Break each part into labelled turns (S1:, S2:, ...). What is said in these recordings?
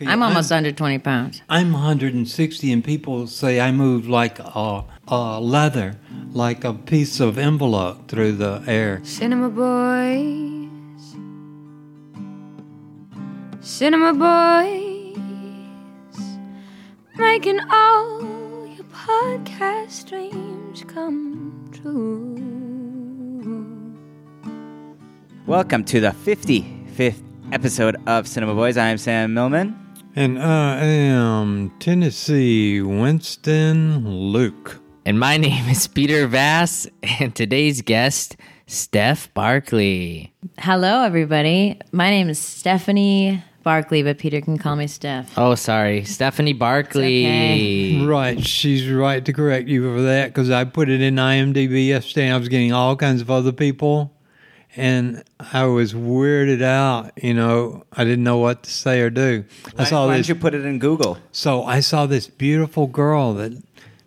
S1: Okay, I'm almost under 20 pounds.
S2: I'm 160, and people say I move like a, a leather, like a piece of envelope through the air.
S3: Cinema boys. Cinema boys. Making all your podcast dreams come true.
S4: Welcome to the 55th episode of Cinema Boys. I am Sam Millman.
S2: And I am Tennessee Winston Luke.
S5: And my name is Peter Vass, and today's guest, Steph Barkley.
S1: Hello, everybody. My name is Stephanie Barkley, but Peter can call me Steph.
S5: Oh, sorry, Stephanie Barkley.
S1: okay.
S2: Right, she's right to correct you for that because I put it in IMDb yesterday. And I was getting all kinds of other people, and I was weirded out. You know, I didn't know what to say or do. I
S4: Why,
S2: saw
S4: why
S2: this.
S4: don't you put it in Google?
S2: So I saw this beautiful girl that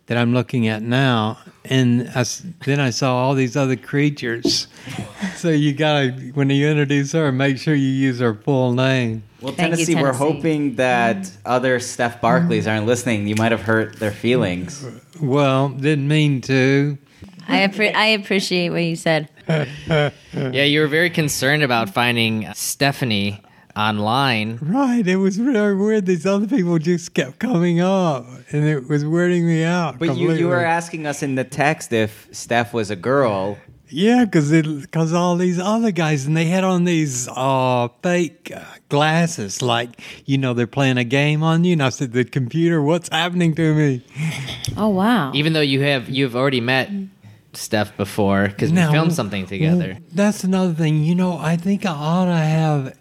S2: that I'm looking at now, and I s then I saw all these other creatures. so you gotta when you introduce her, make sure you use her full name.
S4: Well,
S1: Thank you,
S4: Tennessee, we're
S1: Tennessee.
S4: hoping that other Steph Barkleys aren't listening. You might have hurt their feelings.
S2: Well, didn't mean to.
S1: I, appre- I appreciate what you said.
S5: Yeah, you were very concerned about finding Stephanie online.
S2: Right, it was really weird. These other people just kept coming up, and it was weirding me out.
S4: But you, you were asking us in the text if Steph was a girl.
S2: yeah, because because all these other guys, and they had on these uh, fake uh, glasses, like you know they're playing a game on you. And I said, "The computer, what's happening to me?"
S1: Oh, wow.
S5: Even though you have you've already met Steph before because we
S2: Now,
S5: filmed something together.
S2: Well, That's another thing. You know, I think I ought to have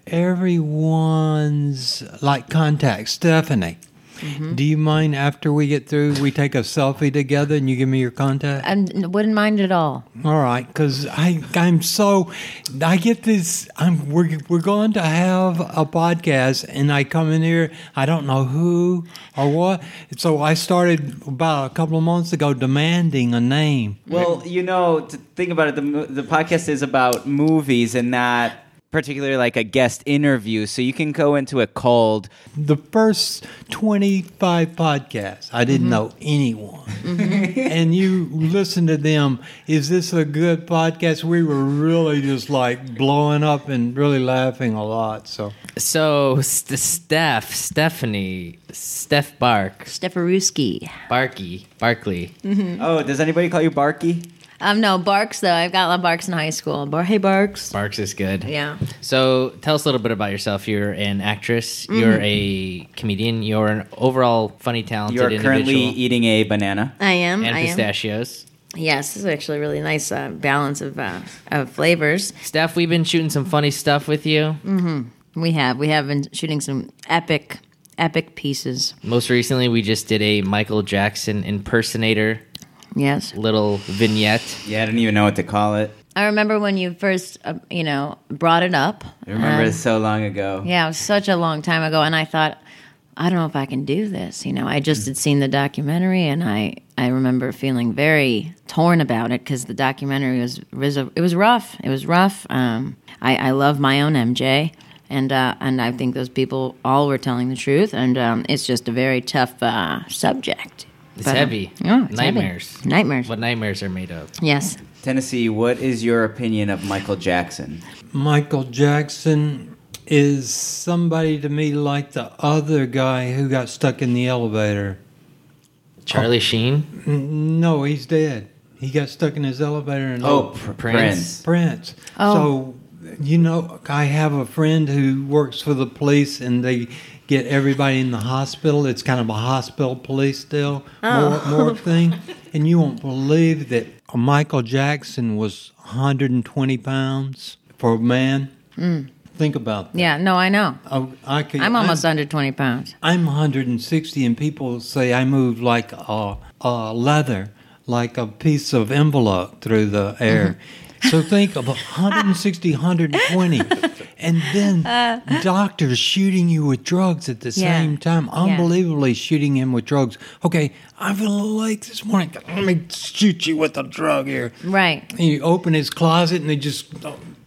S2: everyone's like contact. Stephanie, do you mind after we get through, we take a selfie together and you give me your contact?
S1: I wouldn't mind at all.
S2: All right, because I I'm so I get this. I'm we're we're going to have a podcast, and I come in here. I don't know who or what. So I started about a couple of months ago demanding a name.
S4: Well, you know, to think about it, the, mo- the podcast is about movies and not particularly like a guest interview. So you can go into it cold.
S2: the first 25 podcasts i didn't know anyone and you listen to them is this a good podcast we were really just like blowing up and really laughing a lot so
S5: So St- Steph, Stephanie, Steph Bark,
S1: Stefaruski.
S5: Barky, Barkley.
S1: Mm.
S4: Oh, does anybody call you Barky?
S1: Um, no, Barks, though. I've got a lot of Barks in high school. Bar- hey, Barks.
S5: Barks is good.
S1: Yeah.
S5: So tell us a little bit about yourself. You're an actress. You're a comedian. You're an overall funny, talented
S4: Mm-hmm. You're currently
S5: individual.
S4: eating a banana.
S1: I am.
S5: and
S1: I am.
S5: pistachios.
S1: Yes, this is actually a really nice uh, balance of, uh, of flavors.
S5: Steph, we've been shooting some funny stuff with you.
S1: Mm. We have. We have been shooting some epic, epic pieces.
S5: Most recently, we just did a Michael Jackson impersonator
S1: Yes.
S5: little vignette.
S4: Yeah, I don't even know what to call it.
S1: I remember when you first, uh, you know, brought it up.
S4: I remember
S1: Um,
S4: it's so long ago.
S1: Yeah, it was such a long time ago, and I thought, I don't know if I can do this. You know, I just had seen the documentary, and I I remember feeling very torn about it because the documentary was, was a- it was rough. It was rough. Um, I I love my own MJ, and uh, and I think those people all were telling the truth, and um, it's just a very tough uh, subject.
S5: It's
S1: But, uh,
S5: heavy.
S1: yeah, it's heavy.
S5: nightmares.
S1: Nightmares.
S5: What nightmares are made of.
S1: Yes.
S4: Tennessee, what is your opinion of Michael Jackson?
S2: michael jackson is somebody to me like the other guy who got stuck in the elevator
S4: Oh.
S5: Charlie Sheen.
S2: no he's dead he got stuck in his elevator and
S4: Oh, Pr- Prince.
S5: Prince.
S2: Prince.
S1: Oh.
S2: So, you know, I have a friend who works for the police and they get everybody in the hospital. It's kind of a hospital police deal, more, more thing. And you won't believe that Michael Jackson was 120 pounds for a man. Think about that.
S1: Yeah. No, I know.
S2: Oh, I could,
S1: I'm almost under 20 pounds.
S2: I'm 160, and people say I move like a, a leather, like a piece of envelope through the air. so think of 160, 120, and then doctors shooting you with drugs at the
S1: Uh. Yeah.
S2: same time.
S1: Yeah.
S2: Unbelievably shooting him with drugs. Okay, I feel a little late this morning. Let me shoot you with a drug here.
S1: Right.
S2: And you open his closet, and they just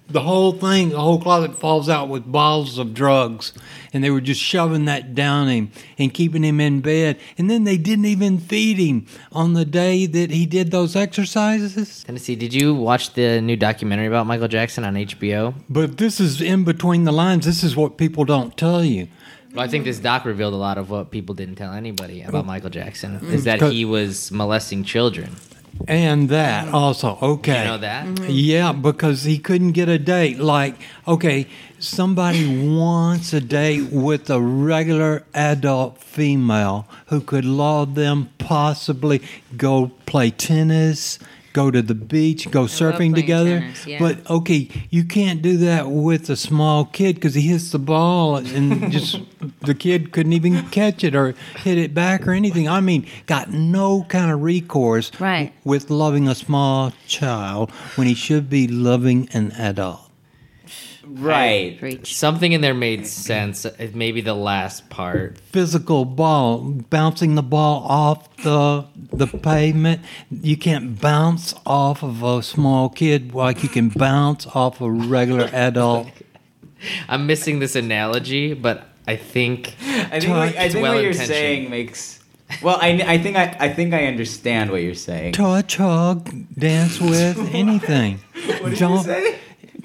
S2: the whole thing, the whole closet falls out with bottles of drugs, and they were just shoving that down him and keeping him in bed, and then they didn't even feed him on the day that he did those exercises.
S5: Tennessee, did you watch the new documentary about Michael Jackson on HBO?
S2: But this is in between the lines. This is what people don't tell you.
S5: Well, I think this doc revealed a lot of what people didn't tell anybody
S4: Oh.
S5: about Michael Jackson
S4: Mm.
S5: is that
S2: Because-
S5: he was molesting children.
S2: And that also, okay.
S5: You know that?
S1: Mm-hmm.
S2: Yeah, because he couldn't get a date. Like, okay, somebody wants a date with a regular adult female who could love them, possibly go play tennis, go to the beach, go surfing
S1: playing
S2: together.
S1: tennis, yeah.
S2: But okay, you can't do that with a small kid because he hits the ball and just the kid couldn't even catch it or hit it back or anything. I mean, got no kind of recourse
S1: Right.
S2: with loving a small child when he should be loving an adult.
S4: Right.
S1: Preach.
S5: Something in there made sense. uh, Maybe the last part.
S2: Physical ball, bouncing the ball off the the pavement. You can't bounce off of a small kid like you can bounce off a regular adult.
S5: I'm missing this analogy, but I think
S4: I think, what- I think
S5: It's
S4: what you're
S5: well-intentioned.
S4: saying makes. Well, I, I think I, I think I understand what you're saying.
S2: Touch, hug, dance with, anything.
S4: What did you
S2: Don't-
S4: say?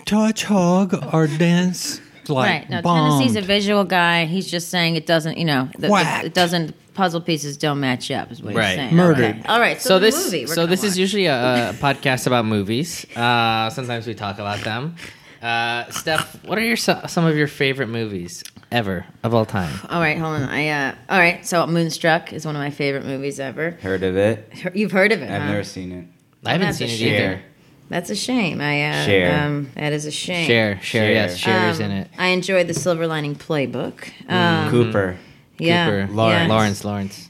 S2: Touch, hug, or dance like
S1: right. No,
S2: bombed.
S1: Tennessee's a visual guy. He's just saying it doesn't. You know, the, the,
S2: Whacked.
S1: it doesn't. Puzzle pieces don't match up. Is what
S5: Right.
S1: he's saying.
S2: Murdered.
S1: Okay. All right. So,
S5: so
S1: the
S5: this
S1: Movie we're
S5: so
S1: gonna
S5: this
S1: watch.
S5: is usually a, uh podcast about movies. Uh, sometimes we talk about them. Uh, Steph, what are your so- some of your favorite movies ever of all time?
S1: All right. Hold on. I. Uh, all right. So Moonstruck is one of my favorite movies ever.
S4: Heard of it?
S1: You've heard of it?
S4: I've
S1: huh?
S4: never seen it.
S5: I haven't
S1: That's
S5: seen
S1: a
S5: it
S1: shame.
S5: either.
S1: That's a shame. I. Uh,
S4: Share.
S1: Um, that is a shame.
S5: Share, share,
S4: Cher.
S5: yes, share is in
S1: Um,
S5: it. Mm,
S1: I enjoyed the Silver Lining Playbook. Um,
S4: Cooper.
S1: yeah,
S5: Cooper,
S1: yeah.
S5: Lawrence, Lawrence, Lawrence.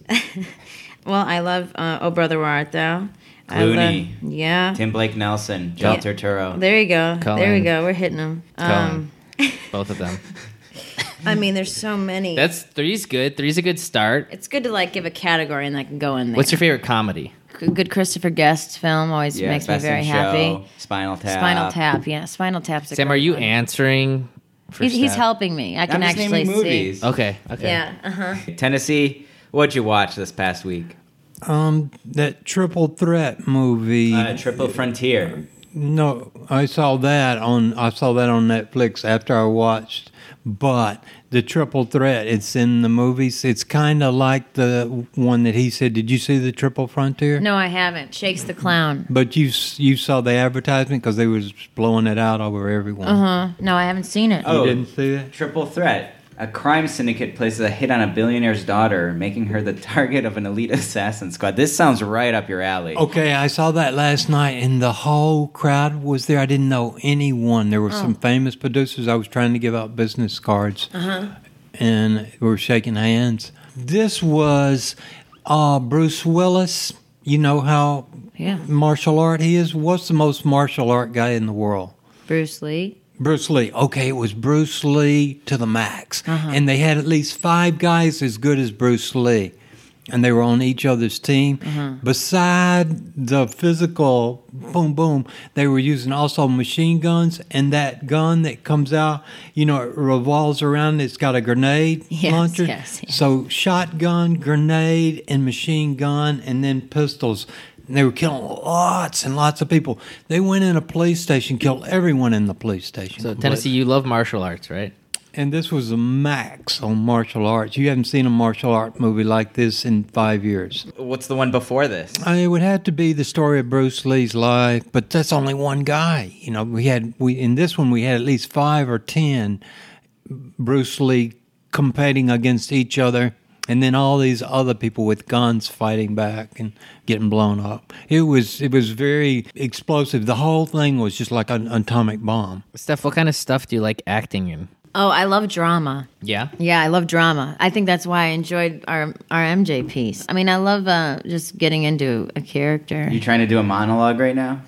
S1: Well, I love uh, Oh Brother Where Art Thou. I
S4: Clooney.
S1: love- yeah.
S4: Tim Blake Nelson. John
S1: Yeah.
S4: Turturro.
S1: There you go. There we
S5: Colin.
S1: go. We're hitting them.
S5: Colin.
S1: Um,
S5: Both of them.
S1: I mean, there's so many.
S5: That's three's good. Three's a good start.
S1: it's good to like give a category and that can go in there.
S5: What's your favorite comedy?
S1: your good Christopher Guest film? Always
S4: Yeah,
S1: makes me
S4: Best in
S1: very
S4: Show,
S1: happy.
S4: Spinal Tap.
S1: Spinal Tap, yeah. Spinal Tap's a
S5: Sam,
S1: great
S5: are you
S1: one.
S5: answering? For
S1: He's, he's
S5: Steph?
S1: helping me. I
S4: I'm
S1: can
S4: just
S1: actually
S4: naming
S1: see.
S4: movies.
S5: Okay. Okay.
S1: Yeah. Uh-huh.
S4: Tennessee. What'd you watch this past week?
S2: um that triple threat movie.
S4: Uh, Triple Frontier.
S2: No, I saw that on I saw that on Netflix after I watched. But the triple threat, it's in the movies. It's kind of like the one that he said. Did you see the Triple Frontier?
S1: No, I haven't. Shakes the Clown.
S2: But you s- you saw the advertisement because they was blowing it out over everyone.
S1: Huh? Uh-huh. No, I haven't seen it.
S4: Oh.
S2: You didn't see that?
S4: Triple Threat. A crime syndicate places a hit on a billionaire's daughter, making her the target of an elite assassin squad. This sounds right up your alley.
S2: Okay, I saw that last night, and the whole crowd was there. I didn't know anyone. There were some famous producers. I was trying to give out business cards, and we were shaking hands. This was uh, Bruce Willis. You know how
S1: Yeah.
S2: martial art he is. What's the most martial art guy in the world?
S1: Bruce Lee.
S2: Bruce Lee. Okay, it was Bruce Lee to the max.
S1: Uh-huh.
S2: And they had at least five guys as good as Bruce Lee. And they were on each other's team.
S1: Uh-huh.
S2: Beside the physical boom, boom, they were using also machine guns. And that gun that comes out, you know, it revolves around, it's got a grenade
S1: Yes,
S2: launcher.
S1: yes, yes.
S2: So shotgun, grenade, and machine gun, and then pistols. And they were killing lots and lots of people. They went in a police station, killed everyone in the police station.
S5: So Tennessee, you love martial arts, right?
S2: and this was a max on martial arts. You haven't seen a martial art movie like this in five years.
S4: What's the one before this?
S2: I mean, it would have to be the story of Bruce Lee's life, but that's only one guy. You know, we had we in this one we had at least five or ten Bruce Lee competing against each other, and then all these other people with guns fighting back and getting blown up. It was it was very explosive. The whole thing was just like an atomic bomb.
S5: Steph, what kind of stuff do you like acting in?
S1: Oh, I love drama.
S5: Yeah.
S1: Yeah, I love drama. I think that's why I enjoyed our our MJ piece. I mean, I love uh, just getting into a character.
S4: You trying to do a monologue right now?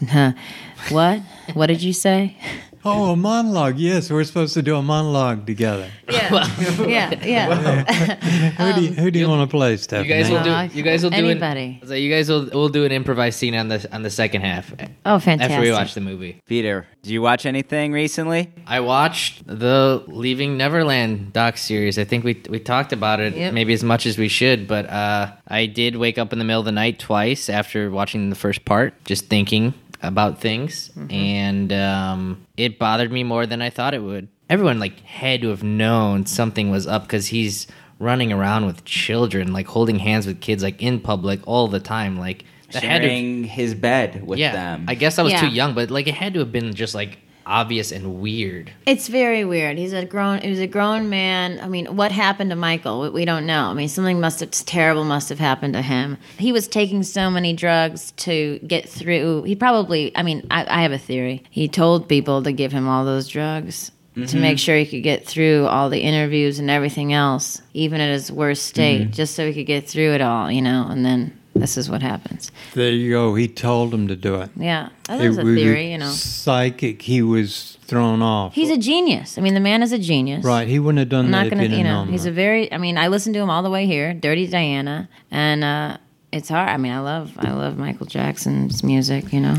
S1: what? What did you say?
S2: Oh, a monologue. Yes, we're supposed to do a monologue together.
S1: Yeah, yeah, yeah.
S2: Who do you, who do you want to play, Stephanie?
S5: Um, You guys will
S1: No, I-
S5: do. You guys will do.
S1: Uh, anybody.
S5: An, so you guys will will do an improvised scene on the on the second half
S1: Oh, fantastic!
S5: after we watch the movie.
S4: Peter, do you watch anything recently?
S5: I watched the Leaving Neverland doc series. I think we we talked about it
S1: Yep.
S5: maybe as much as we should, but uh, I did wake up in the middle of the night twice after watching the first part, just thinking about things,
S1: Mm-hmm.
S5: and um, it bothered me more than I thought it would. Everyone like had to have known something was up because he's running around with children, like holding hands with kids, like in public all the time, like that had to-
S4: Sharing his bed with
S5: yeah,
S4: them.
S5: I guess I was
S1: Yeah.
S5: too young, but like it had to have been just like obvious and weird.
S1: It's very weird. He's a grown. He was a grown man. I mean, what happened to Michael? We, we don't know. I mean, something must have terrible must have happened to him. He was taking so many drugs to get through. He probably. I mean, I, I have a theory. He told people to give him all those drugs to make sure he could get through all the interviews and everything else, even at his worst state, just so he could get through it all. You know, and then this is what happens.
S2: There you go. He told him to do it.
S1: Yeah, that
S2: It
S1: was a
S2: was
S1: theory. You know,
S2: Psychic. He was thrown off.
S1: he's a genius. I mean, the man is a genius.
S2: right. He wouldn't have done
S1: I'm
S2: that
S1: not
S2: if
S1: gonna,
S2: he didn't
S1: you know,
S2: know
S1: he's a
S2: him.
S1: very. I mean, I listened to him all the way here, Dirty Diana, and uh, it's hard. I mean, I love, I love Michael Jackson's music. You know,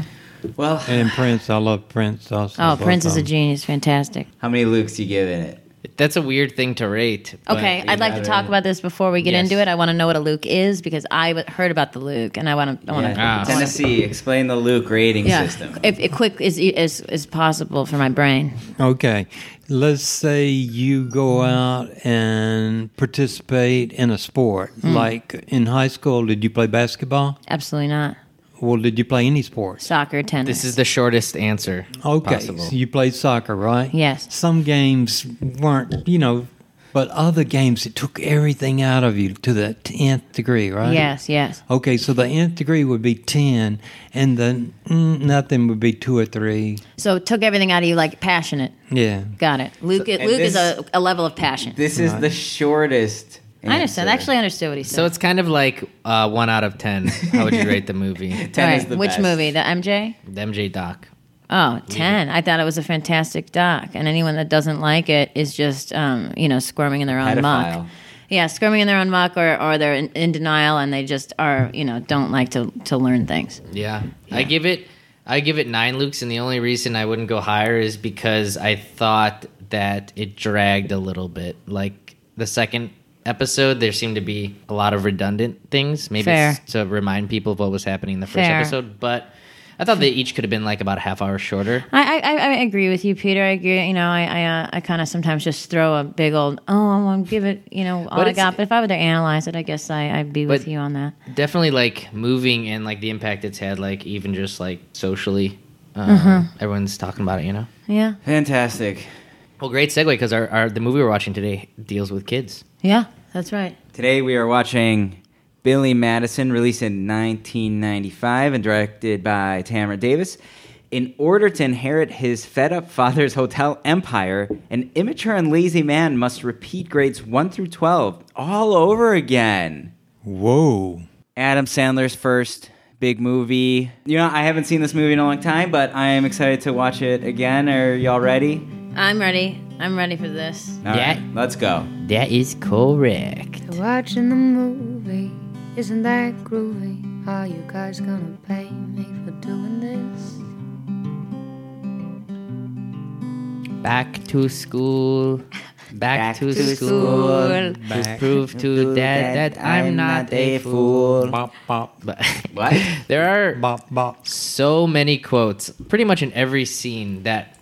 S4: well,
S2: And Prince. I love Prince also.
S1: oh,
S2: both
S1: Prince
S2: of
S1: is a
S2: them.
S1: genius, fantastic.
S4: how many Lukes you give in it?
S5: That's a weird thing to rate. but-
S1: okay, I'd like to
S4: gotta-
S1: talk about this before we get
S5: Yes.
S1: into it. I want to know what a Luke is because I w- heard about the Luke, and I want to, I want to.
S4: Yeah.
S5: Ah.
S4: Tennessee, explain the Luke rating
S1: Oh, Yeah,
S4: system.
S1: if, if quick as as as possible for my brain.
S2: Okay. Let's say you go out and participate in a sport.
S1: Hmm.
S2: Like in high school, did you play basketball?
S1: Absolutely not.
S2: Well, did you play any sports?
S1: Soccer, tennis.
S5: This is the shortest answer
S2: Okay,
S5: possible.
S2: so you played soccer, right?
S1: Yes.
S2: Some games weren't, you know, but other games it took everything out of you to the nth degree, right?
S1: yes, yes.
S2: Okay, so the nth degree would be ten, and the mm, nothing would be two or three.
S1: So it took everything out of you, like passionate.
S2: Yeah.
S1: Got it. Luke.
S4: and
S1: Luke is
S4: this-
S1: a, a level of passion.
S4: This is the shortest.
S1: I understand.
S4: answer.
S1: Actually, I understood what he said.
S5: so it's kind of like uh, one out of ten. How would you rate the movie?
S4: ten
S1: All
S4: is the
S1: Which
S4: best.
S1: movie? The MJ?
S5: The MJ Doc.
S1: Oh, 10. I thought it was a fantastic doc. And anyone that doesn't like it is just, um, you know, squirming in their own
S4: Pedophile.
S1: muck. Yeah, squirming in their own muck or, or they're in, in denial and they just are, you know, don't like to, to learn things.
S5: Yeah. I give it. I give it nine Lukes, and the only reason I wouldn't go higher is because I thought that it dragged a little bit. Like the second episode, there seemed to be a lot of redundant things. Maybe
S1: Fair.
S5: it's to remind people of what was happening in the first
S1: Fair.
S5: episode, but I thought they each could have been like about a half hour shorter.
S1: I, I, I- I agree with you, Peter. I agree. You know, I I, uh, I kind of sometimes just throw a big old, oh, I'm going to give it, you know, all
S5: But
S1: I
S5: it's-
S1: got. But if I were to analyze it, I guess I, I'd be with
S5: But-
S1: you on that.
S5: definitely like moving and like the impact it's had like even just like socially um, everyone's talking about it you know
S1: Yeah.
S4: Fantastic.
S5: well great segue because our, our the movie we're watching today deals with kids
S1: Yeah, that's right.
S4: Today we are watching Billy Madison, released in 1995 and directed by Tamara Davis. In order to inherit his fed up father's hotel empire, an immature and lazy man must repeat grades 1 through 12 all over again.
S2: Whoa.
S4: Adam Sandler's first big movie. You know, I haven't seen this movie in a long time, but I am excited to watch it again. Are y'all ready?
S1: I'm ready. I'm ready for this.
S4: All
S5: Yeah.
S4: let's go.
S5: that is correct
S3: Watching the movie, isn't that groovy? Are you guys gonna pay me for doing this?
S5: back to school back,
S4: Back
S5: to,
S4: to
S5: school,
S1: school.
S5: to prove to dad that, i'm not, a fool,
S2: Bop, bop,
S5: But
S4: What?
S5: there are
S2: bop, bop.
S5: so many quotes pretty much in every scene that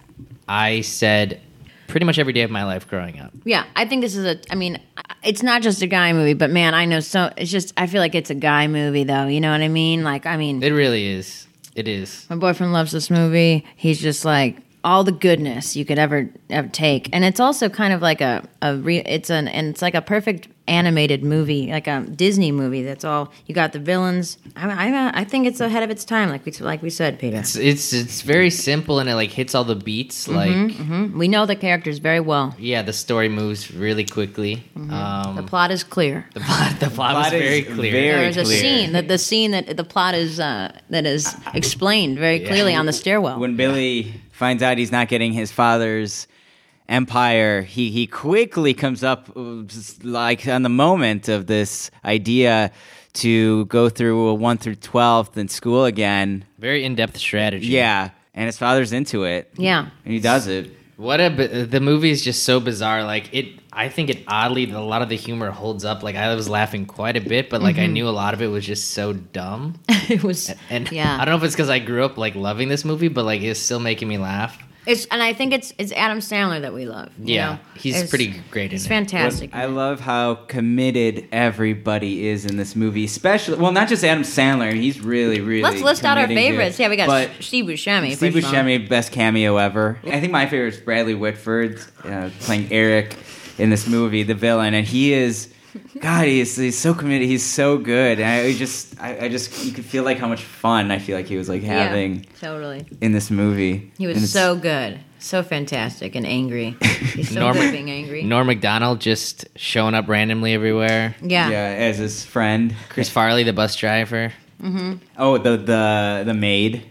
S5: i said pretty much every day of my life growing up
S1: Yeah, I think this is a. I mean, it's not just a guy movie, but man, I know so. It's just I feel like it's a guy movie, though. You know what I mean? Like, I mean,
S5: it really is it is
S1: my boyfriend loves this movie. He's just like all the goodness you could ever, ever take, and it's also kind of like a a. Re, it's an and it's like a perfect animated movie, like a Disney movie. That's all you got. The villains. I I, I think it's ahead of its time, like we like we said, Peter.
S5: It's it's it's very simple and it like hits all the beats. Like
S1: We know the characters very well.
S5: yeah, the story moves really quickly. Um,
S1: The plot is clear.
S5: the plot the plot was
S4: Plot is
S5: very clear.
S4: very-
S1: There's a
S4: clear.
S1: scene that the scene that the plot is uh, that is explained very
S5: Yeah.
S1: clearly on the stairwell.
S4: When Billy finds out he's not getting his father's empire. He he quickly comes up uh, just like on the moment of this idea to go through a one through twelfth in school again.
S5: Very in depth strategy.
S4: Yeah, and his father's into it.
S1: Yeah.
S4: and he does it.
S5: What a bi- the movie is just so bizarre. Like it, I think it oddly a lot of the humor holds up. Like I was laughing quite a bit, but like I knew a lot of it was just so dumb.
S1: it was
S5: And
S1: yeah.
S5: I don't know if it's because I grew up like loving this movie, but like it's still making me laugh.
S1: It's and I think it's it's Adam Sandler that we love. you
S5: Yeah,
S1: know?
S5: he's
S1: It's-
S5: pretty great in
S1: He's
S5: it.
S1: fantastic.
S4: I love how committed everybody is in this movie, especially well, not just Adam Sandler. He's really, really.
S1: Let's list out our
S4: committing to it.
S1: favorites. Yeah, we got
S4: But
S1: Steve Buscemi.
S4: Steve
S1: first of all.
S4: Buscemi, best cameo ever. I think my favorite is Bradley Whitford uh, playing Eric in this movie, the villain, and he is. God, he's, he's so committed. He's so good. And I just, I, I just, you could feel like how much fun I feel like he was like
S1: Yeah,
S4: having
S1: totally.
S4: in this movie.
S1: He
S4: And
S1: was
S4: it's-
S1: so good, so fantastic, and angry. He's so
S5: Norman-
S1: good at being angry.
S5: Norm Macdonald just showing up randomly everywhere.
S1: yeah.
S4: yeah, as his friend.
S5: Chris Farley, the bus driver,
S4: Oh, the the the maid.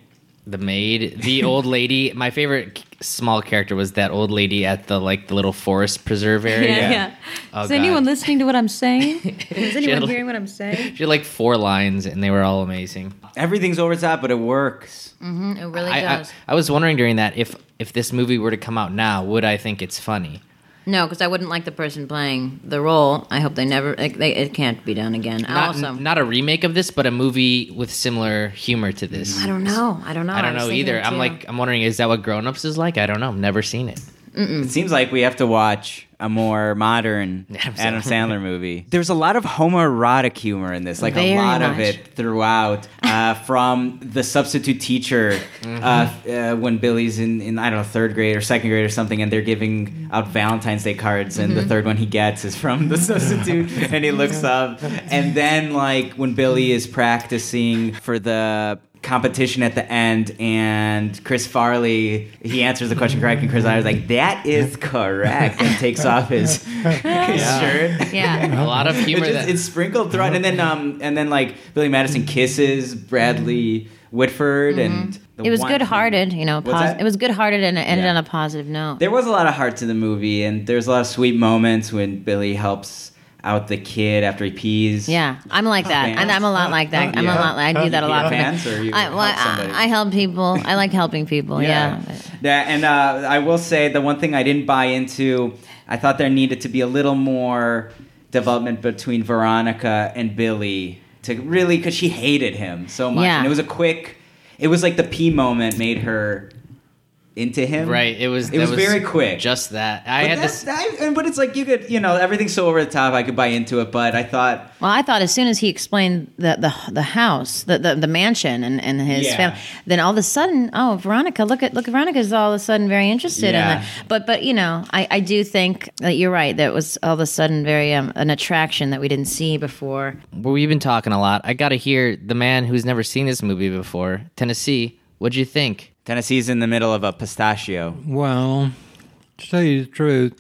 S5: the maid, the old lady. My favorite k- small character was that old lady at the like the little forest preserve area.
S4: Yeah.
S5: Oh,
S1: Is
S5: God.
S1: anyone listening to what I'm saying?
S3: Is
S5: Gentle-
S3: anyone hearing what I'm saying?
S5: She had like four lines, and they were all amazing.
S4: Everything's over the top, but it works.
S1: Mhm, it really
S5: I, I,
S1: does.
S5: I was wondering during that if if this movie were to come out now, would I think it's funny?
S1: no, because I wouldn't like the person playing the role. I hope they never. Like, they, it can't be done again. I
S5: Not,
S1: also,
S5: not a remake of this, but a movie with similar humor to this.
S1: I don't know. I don't know.
S5: I don't
S1: was
S5: know
S1: thinking
S5: either.
S1: it
S5: I'm
S1: too.
S5: like, I'm wondering, is that what Grown Ups is like? I don't know. I've never seen it.
S4: It seems like we have to watch a more modern
S5: Adam
S4: Adam
S5: Sandler.
S4: Sandler, movie. There's a lot of homoerotic humor in this, like
S1: Very
S4: a lot of
S1: much.
S4: it throughout. Uh, from the substitute teacher uh, uh, when Billy's in, in, I don't know, third grade or second grade or something, and they're giving out Valentine's Day cards, and the third one he gets is from the substitute, and he looks up. And then, like, when Billy is practicing for the competition at the end and Chris Farley he answers the question correct and Chris Farley's like that is correct and takes off his, his shirt
S1: yeah.
S5: A lot of humor.
S4: It's,
S5: that,
S4: it's sprinkled throughout and then um and then like Billy Madison kisses Bradley Whitford and the
S1: Mm-hmm. It was
S4: one thing-
S1: good-hearted, you know.
S4: What's
S1: Pos-
S4: that?
S1: it was good-hearted and it ended
S4: Yeah.
S1: on a positive note.
S4: there was a lot of heart to the movie and there's a lot of sweet moments when Billy helps out the kid after he pees
S1: Yeah, I'm like that.
S4: Oh, Fans?
S1: And I'm a lot like that. I'm a
S4: Yeah.
S1: lot. like- I do that a lot.
S4: Fans or you
S1: I, well,
S4: help somebody?
S1: I, I help people. I like helping people. Oh, Yeah.
S4: That- and uh, I will say the one thing I didn't buy into, I thought there needed to be a little more development between Veronica and Billy to really, because she hated him so much.
S1: Yeah.
S4: And it was a quick, it was like the P moment made her into him.
S5: right. It was.
S4: It
S5: that
S4: was very quick.
S5: Just that. I
S4: But,
S5: had
S4: that's,
S5: this.
S4: that- and- but it's like you could, you know, everything's so over the top. I could buy into it, but I thought
S1: Well, I thought as soon as he explained the the, the house, the, the the mansion, and and his
S4: Yeah.
S1: family, then all of a sudden, oh, Veronica, look at look, Veronica's all of a sudden very interested
S4: Yeah.
S1: in that. But but you know, I I do think that you're right. That was all of a sudden very um, an attraction that we didn't see before.
S5: Well, we've been talking a lot. I got to hear the man who's never seen this movie before, Tennessee. What'd you think?
S4: Tennessee's in the middle of a pistachio.
S2: Well, to tell you the truth,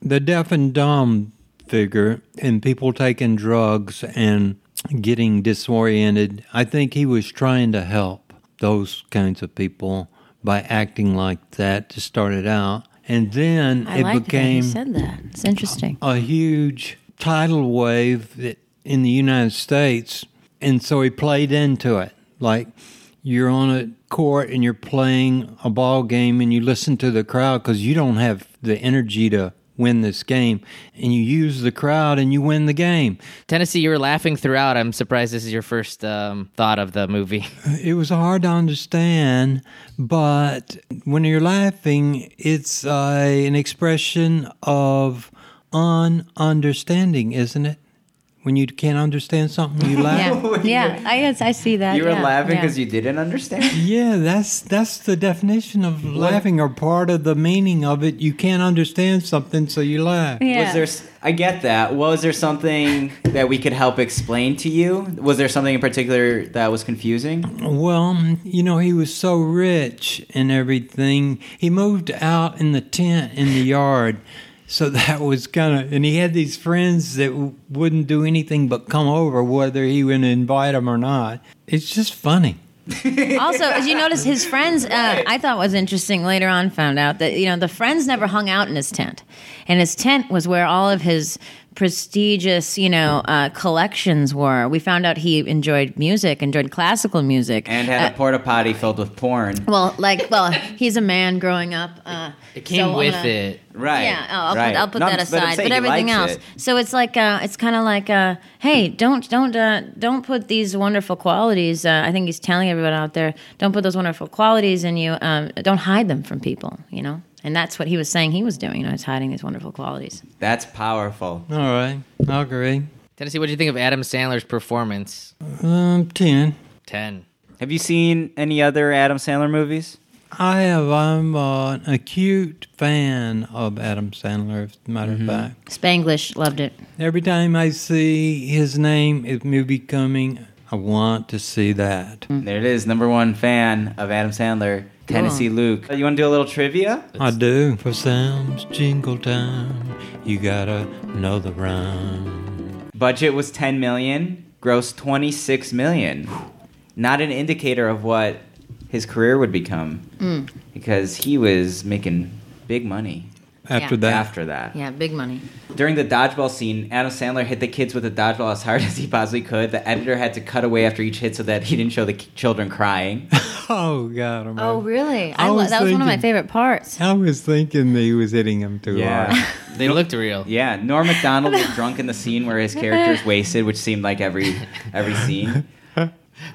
S2: the deaf and dumb figure and people taking drugs and getting disoriented, I think he was trying to help those kinds of people by acting like that to start it out. And then
S1: I
S2: it
S1: like that
S2: became
S1: he said that. It's interesting.
S2: a huge tidal wave that- in the United States, and so he played into it. Like you're on a court and you're playing a ball game, and you listen to the crowd because you don't have the energy to win this game, and you use the crowd and you win the game.
S5: Tennessee, you were laughing throughout. I'm surprised this is your first um, thought of the movie.
S2: It was hard to understand, but when you're laughing, it's uh, an expression of un-understanding, isn't it? When you can't understand something, you laugh.
S1: Yeah, yeah. I yes, I see that.
S4: You were
S1: yeah,
S4: laughing
S1: yeah.
S4: because you didn't understand.
S2: yeah. that's that's the definition of laughing, or part of the meaning of it. You can't understand something, so you laugh.
S1: Yeah.
S4: Was there? s- I get that. Was there something that we could help explain to you? Was there something in particular that was confusing?
S2: Well, you know, he was so rich and everything. He moved out in the tent in the yard. So that was kind of, and he had these friends that w- wouldn't do anything but come over, whether he would invite them or not. It's just funny.
S1: Also, as you notice, his friends, uh, I thought was interesting later on, found out that, you know, the friends never hung out in his tent. And his tent was where all of his prestigious, you know, uh, collections were. We found out he enjoyed music, enjoyed classical music.
S4: and had a porta potty filled with porn.
S1: well, like, well, he's a man growing up. Uh,
S5: It came
S1: so,
S5: with
S1: uh,
S5: it.
S4: Right.
S1: Yeah, oh, I'll
S4: right.
S1: put, I'll put
S4: No,
S1: that
S4: I'm- but I'm
S1: aside. But,
S4: saying he
S1: everything
S4: likes
S1: else,
S4: it.
S1: so it's like uh, it's kind of like, uh, hey, don't don't uh, don't put these wonderful qualities. Uh, I think he's telling everyone out there, don't put those wonderful qualities in you. Um, don't hide them from people. You know, and that's what he was saying he was doing. You know, he's hiding these wonderful qualities.
S4: That's powerful.
S2: All right, I agree.
S5: Tennessee, what do you think of Adam Sandler's performance?
S2: Um, ten.
S5: Ten.
S4: Have you seen any other Adam Sandler movies?
S2: I have. I'm uh, an acute fan of Adam Sandler. As a matter of fact.
S1: Spanglish loved it.
S2: Every time I see his name, his movie coming, I want to see that.
S4: There it is, number one fan of Adam Sandler, Tennessee Luke. You want to do a little trivia?
S2: I do. For Sam's Jingle Time, you got another rhyme.
S4: Budget was 10 million, gross 26 million. Not an indicator of what his career would become because he was making big money
S2: After
S1: Yeah.
S2: that,
S4: after that.
S1: Yeah, big money.
S4: During the dodgeball scene, Adam Sandler hit the kids with a dodgeball as hard as he possibly could. The editor had to cut away after each hit so that he didn't show the k- children crying.
S2: oh god, I'm
S1: Oh, really? I
S2: I
S1: lo-
S2: was
S1: that was one of my
S2: thinking-
S1: favorite parts.
S2: I was thinking that he was hitting him too hard.
S5: They looked real.
S4: Yeah, Norm Macdonald was drunk in the scene where his character is wasted, which seemed like every every scene.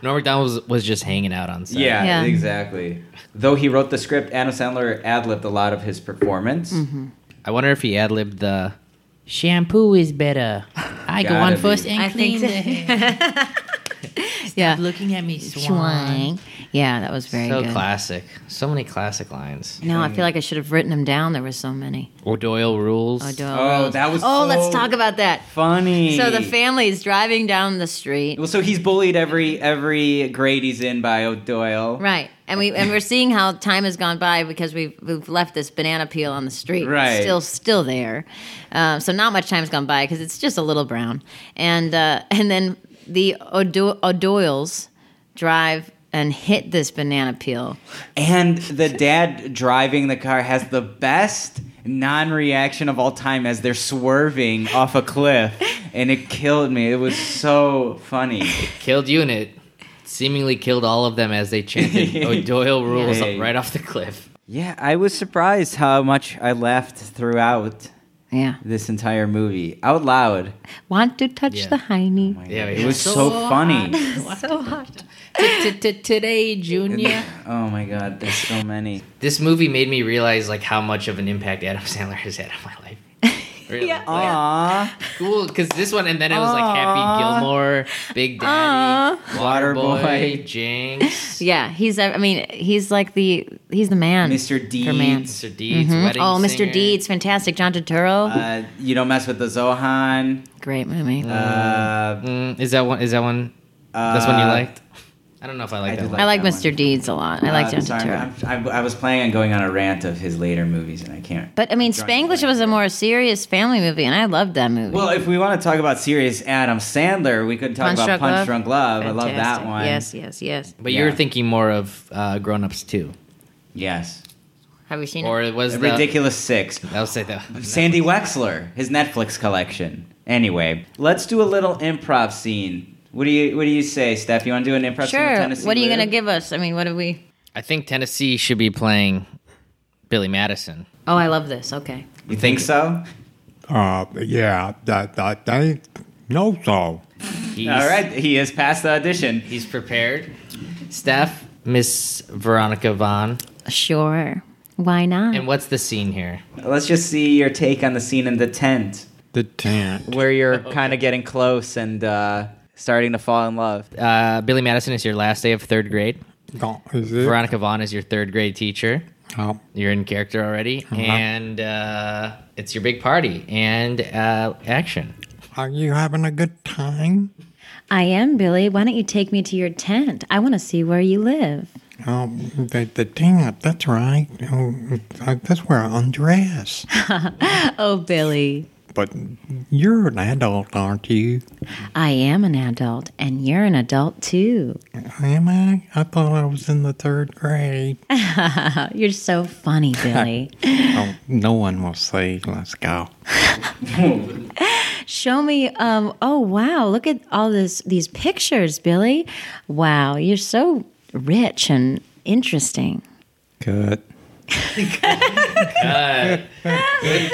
S5: Norm McDonald was, was just hanging out on set.
S4: Yeah,
S1: Yeah.
S4: exactly. Though he wrote the script, Adam Sandler ad libbed a lot of his performance.
S1: Mm-hmm.
S5: I wonder if he ad libbed the shampoo is better. I go
S4: Gotta
S5: on first
S4: be.
S5: and clean
S1: so.
S5: the hair.
S1: yeah,
S5: Looking at me,
S1: Swang. Yeah, that was very
S5: so
S1: good.
S5: classic. So many classic lines.
S1: No, I feel like I should have written them down. There were so many.
S5: O'Doyle rules.
S1: Oh, Doyle
S4: Oh,
S1: Rose.
S4: that was
S1: Oh, let's
S4: so
S1: talk about that.
S4: Funny.
S1: So the family's driving down the street.
S4: Well, so he's bullied every every grade he's in by O'Doyle.
S1: Right. And we and we're seeing how time has gone by because we've we've left this banana peel on the street. It's
S4: Right.
S1: Still still there. Um, so not much time's gone by because it's just a little brown. And uh, and then the O'Do- O'Doyles drive and hit this banana peel.
S4: And the dad driving the car has the best non-reaction of all time as they're swerving off a cliff, and it killed me. It was so funny.
S5: Killed unit. Seemingly killed all of them as they chanted O'Doyle rules
S4: Hey.
S5: right off the cliff.
S4: Yeah, I was surprised how much I laughed throughout
S1: Yeah.
S4: this entire movie out loud.
S1: Want to touch
S5: Yeah.
S1: the hiney.
S5: Yeah,
S4: it was so, funny.
S1: So hot.
S5: Today, Junior.
S4: Oh my god, there's so many.
S5: This movie made me realize like how much of an impact Adam Sandler has had on my life. Really.
S1: Yeah.
S5: Like,
S4: Aww,
S5: cool, because this one, and then it was like Happy
S4: Aw.
S5: Gilmore, Big Daddy, Waterboy,
S4: Waterboy.
S5: Jinx,
S1: Yeah, he's I mean, he's like the he's the man.
S4: Mr.
S1: For man.
S4: Deeds.
S5: Mr. Deeds,
S4: Mm-hmm.
S1: Mhm.
S5: Wedding
S1: Oh, Mr.
S5: Singer.
S1: Deeds, fantastic. John Turturro.
S4: Uh, you don't mess with the Zohan.
S1: Great movie.
S4: Uh,
S5: Mm, is that one? Is that one? That's one you
S4: Uh,
S5: liked. I don't know if I like
S4: I
S5: that
S4: did
S5: one.
S1: I like
S4: like that
S1: Mr. Deeds a lot. I like
S4: uh,
S1: John
S4: sorry,
S1: Turturro.
S4: I'm- I, I was planning on going on a rant of his later movies, and I can't.
S1: But I mean,
S4: John
S1: Spanglish
S4: Turturro.
S1: was a more serious family movie, and I loved that movie.
S4: Well, if we want to talk about serious Adam Sandler, we could talk about Punch Drunk Love. I love that
S1: Fantastic.
S4: one.
S1: Yes, yes, yes.
S5: But you're
S4: Yeah.
S5: thinking more of uh, Grown Ups too,
S4: Yes.
S1: Have you seen
S5: or
S1: it?
S5: it was
S4: The
S5: the
S4: Ridiculous Six.
S5: I'll say that.
S4: Sandy Wexler, his Netflix collection. Anyway, let's do a little improv scene. What do you What do you say, Steph? You want to do an improv scene? with
S1: Sure.
S4: Tennessee
S1: What are you
S4: Lou?
S1: going to give us? I mean, what do we?
S5: I think Tennessee should be playing Billy Madison.
S1: Oh, I love this. Okay.
S4: You think so?
S6: Uh, yeah, that, that, I know so.
S5: He's,
S4: All right, he has passed the audition.
S5: he's prepared. Steph, Miss Veronica Vaughn,
S1: Sure. Why not?
S5: and what's the scene here?
S4: Let's just see your take on the scene in the tent,
S6: The tent.
S4: where you're kind of getting close and uh, starting to fall in love.
S5: Uh, Billy Madison is your last day of third grade.
S6: Oh, is it?
S5: Veronica Vaughn is your third grade teacher.
S6: Oh,
S5: You're in character already,
S4: Uh-huh.
S5: and uh, it's your big party and uh, action.
S6: are you having a good time?
S1: I am Billy. Why don't you take me to your tent? I want to see where you live.
S6: Oh, the, the tent, that's right. Oh, uh, that's where I undress.
S1: Oh, Billy.
S6: But you're an adult, aren't you?
S1: I am an adult, and you're an adult too.
S6: Am I? I thought I was in the third grade.
S1: Oh, you're so funny, Billy.
S6: oh, no one will say, let's go.
S1: Show me. Um, oh wow, look at all this these pictures, Billy. Wow, you're so rich and interesting.
S6: Good.
S5: Good,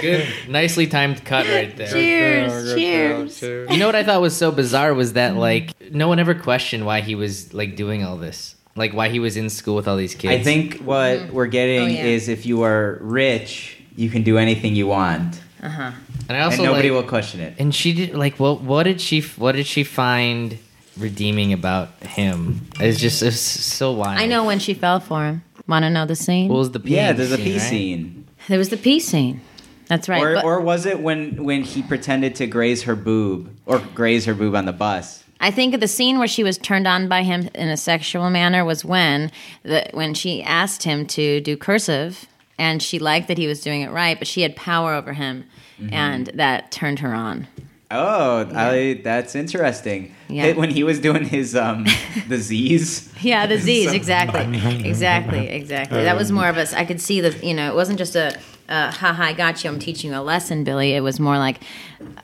S5: good, nicely timed cut right there.
S1: Cheers! Cheers!
S5: You know what I thought was so bizarre was that like no one ever questioned why he was like doing all this, like why he was in school with all these kids.
S4: I think what we're getting
S1: Oh, yeah.
S4: is if you are rich, you can do anything you want,
S5: and I also
S4: and nobody
S5: like-
S4: will question it.
S5: And she did like what? What did she? What did she find redeeming about him? It's just it's so wild.
S1: I know when she fell for him. Want to know the scene?
S5: What was the pee
S4: Yeah, there's a
S5: scene,
S4: pee
S5: right?
S4: scene,
S1: there was the pee scene. That's right.
S4: or
S1: but
S4: or was it when when he pretended to graze her boob or graze her boob on the bus?
S1: I think the scene where she was turned on by him in a sexual manner was when the, when she asked him to do cursive, and she liked that he was doing it right, but she had power over him, and that turned her on.
S4: Oh, I, that's interesting.
S1: Yeah.
S4: When he was doing his um, the Z's,
S1: Yeah, the Z's, exactly, exactly, exactly. That was more of us. I could see the, you know, it wasn't just a, uh, ha ha, I got you. I'm teaching you a lesson, Billy. It was more like,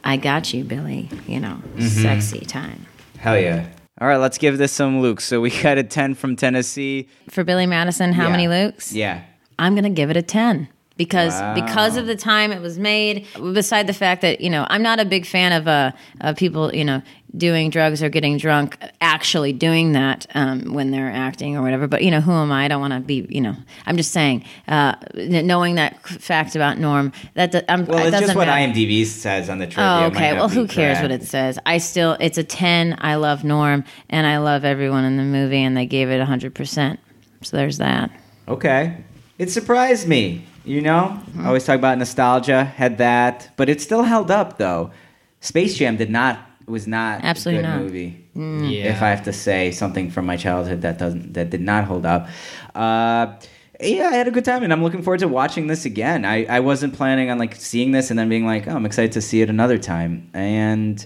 S1: I got you, Billy. You know, sexy time
S4: hell yeah! All right, let's give this some Luke's. So we got a ten from Tennessee.
S1: for Billy Madison. How
S4: Yeah.
S1: many Lukes?
S4: Yeah,
S1: I'm gonna give it a ten because
S4: Wow.
S1: because of the time it was made. Beside the fact that you know I'm not a big fan of uh, uh people you know doing drugs or getting drunk, actually doing that um, when they're acting or whatever. But you know who am I? I don't want to be you know. I'm just saying uh, n- knowing that fact about Norm that do, I'm,
S4: well,
S1: it
S4: it's
S1: doesn't
S4: just what
S1: matter.
S4: IMDb says on the trivia.
S1: Oh,
S4: It might
S1: okay.
S4: not
S1: Well,
S4: be
S1: who cares what
S4: correct.
S1: it says? I still, it's a 10. I love Norm and I love everyone in the movie, and they gave it 100%. So there's that.
S4: Okay. It surprised me, you know?
S1: Mm-hmm.
S4: I always talk about nostalgia, had that, but it still held up though. Space Jam did not was not
S1: Absolutely
S4: a good
S1: not. Mm.
S4: movie.
S5: Mm. Yeah.
S4: If I have to say something from my childhood that doesn't that did not hold up. Uh yeah, I had a good time, and I'm looking forward to watching this again. I, I wasn't planning on like seeing this and then being like, oh, I'm excited to see it another time. And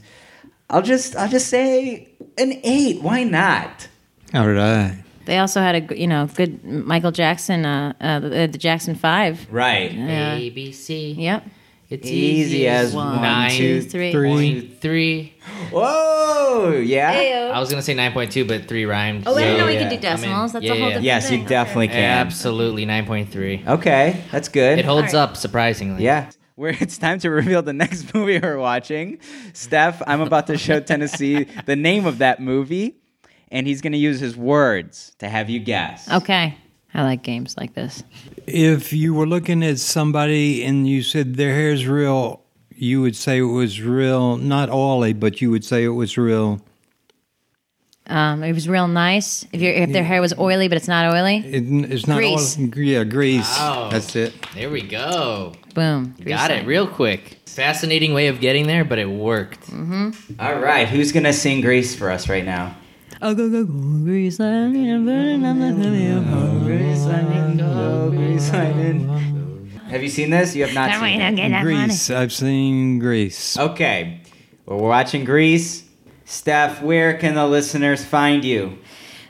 S4: I'll just I'll just say an eight. Why not?
S6: All right.
S1: They also had a g- you know good Michael Jackson, uh, uh, the, the Jackson Five.
S4: Right.
S1: Yeah.
S5: A B C.
S1: Yep.
S5: It's
S4: Easy as
S1: One,
S4: one, two,
S1: two, three.
S5: three. three.
S4: Whoa! Yeah.
S5: I was gonna say nine point two, but three rhymed.
S1: Oh, I didn't
S5: so
S1: know we could
S5: yeah,
S1: do
S5: I'm in.
S1: decimals. That's
S5: yeah,
S1: a whole
S5: yeah.
S1: different
S4: Yes, you
S1: thing.
S4: definitely can.
S5: Absolutely, nine point three.
S4: Okay, that's good.
S5: It holds
S1: All right.
S5: up surprisingly.
S4: yeah. Where it's time to reveal the next movie we're watching. Steph, I'm about to show Tennessee the name of that movie, and he's going to use his words to have you guess.
S1: Okay. I like games like this.
S2: If you were looking at somebody and you said their hair's real, you would say it was real, not oily, but you would say it was real.
S1: Um, it was real nice. If your if their hair was oily, but it's not oily,
S2: It, it's not
S1: Grease.
S2: oily. Yeah, grease.
S5: Oh.
S2: That's it.
S5: There we go.
S1: boom.
S5: Got it real quick. Fascinating way of getting there, but it worked.
S4: All right, who's going to sing Grease for us right now?
S1: Oh, go go go, grease lightning, I'm burning, I'm not gonna be a-
S4: Have you seen this? You have not seen it.
S2: Grease. I've seen grease.
S4: Okay, well, we're watching Grease. Steph, where can the listeners find you?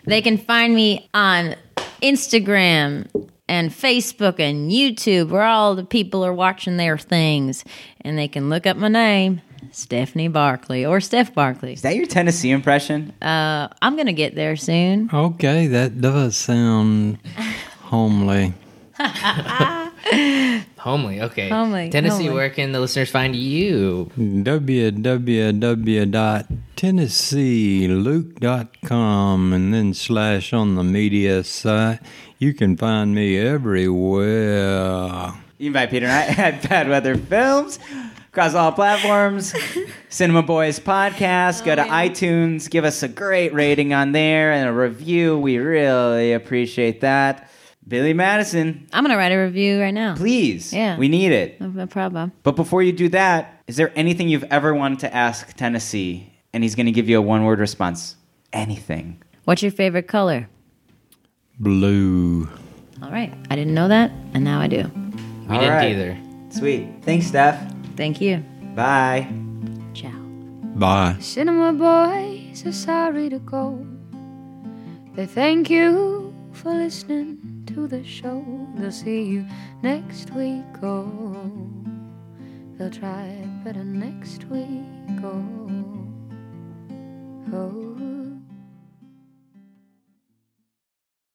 S1: They can find me on Instagram and Facebook and YouTube where all the people are watching their things. And they can look up my name, Stephanie Barkley or Steph Barkley.
S4: Is that your Tennessee impression?
S1: Uh, I'm going to get there soon.
S2: Okay, that does sound homely.
S5: Homely. Okay.
S1: Homely,
S5: Tennessee,
S1: homely.
S5: where can the listeners find you?
S2: www.tennesseeluke.com and then slash on the media site. You can find me everywhere.
S4: You invite Peter and I at Bad Weather Films across all platforms. Cinema Boys Podcast. Go to iTunes. Give us a great rating on there and a review. We really appreciate that. Billy Madison,
S1: I'm going to write a review right now.
S4: please.
S1: Yeah.
S4: We need it.
S1: No problem.
S4: But before you do that, is there anything you've ever wanted to ask Tennessee? And he's going to give you a one word response. Anything.
S1: What's your favorite color?
S2: Blue.
S1: All right. I didn't know that, and now I do.
S5: We
S4: All
S5: didn't
S4: right.
S5: either.
S4: Sweet. Thanks, Steph.
S1: Thank you.
S4: Bye.
S1: Ciao.
S2: Bye.
S3: Cinema boys are sorry to go. They thank you for listening to the show. They'll see you next week. Oh, they'll try better next week. Oh, oh.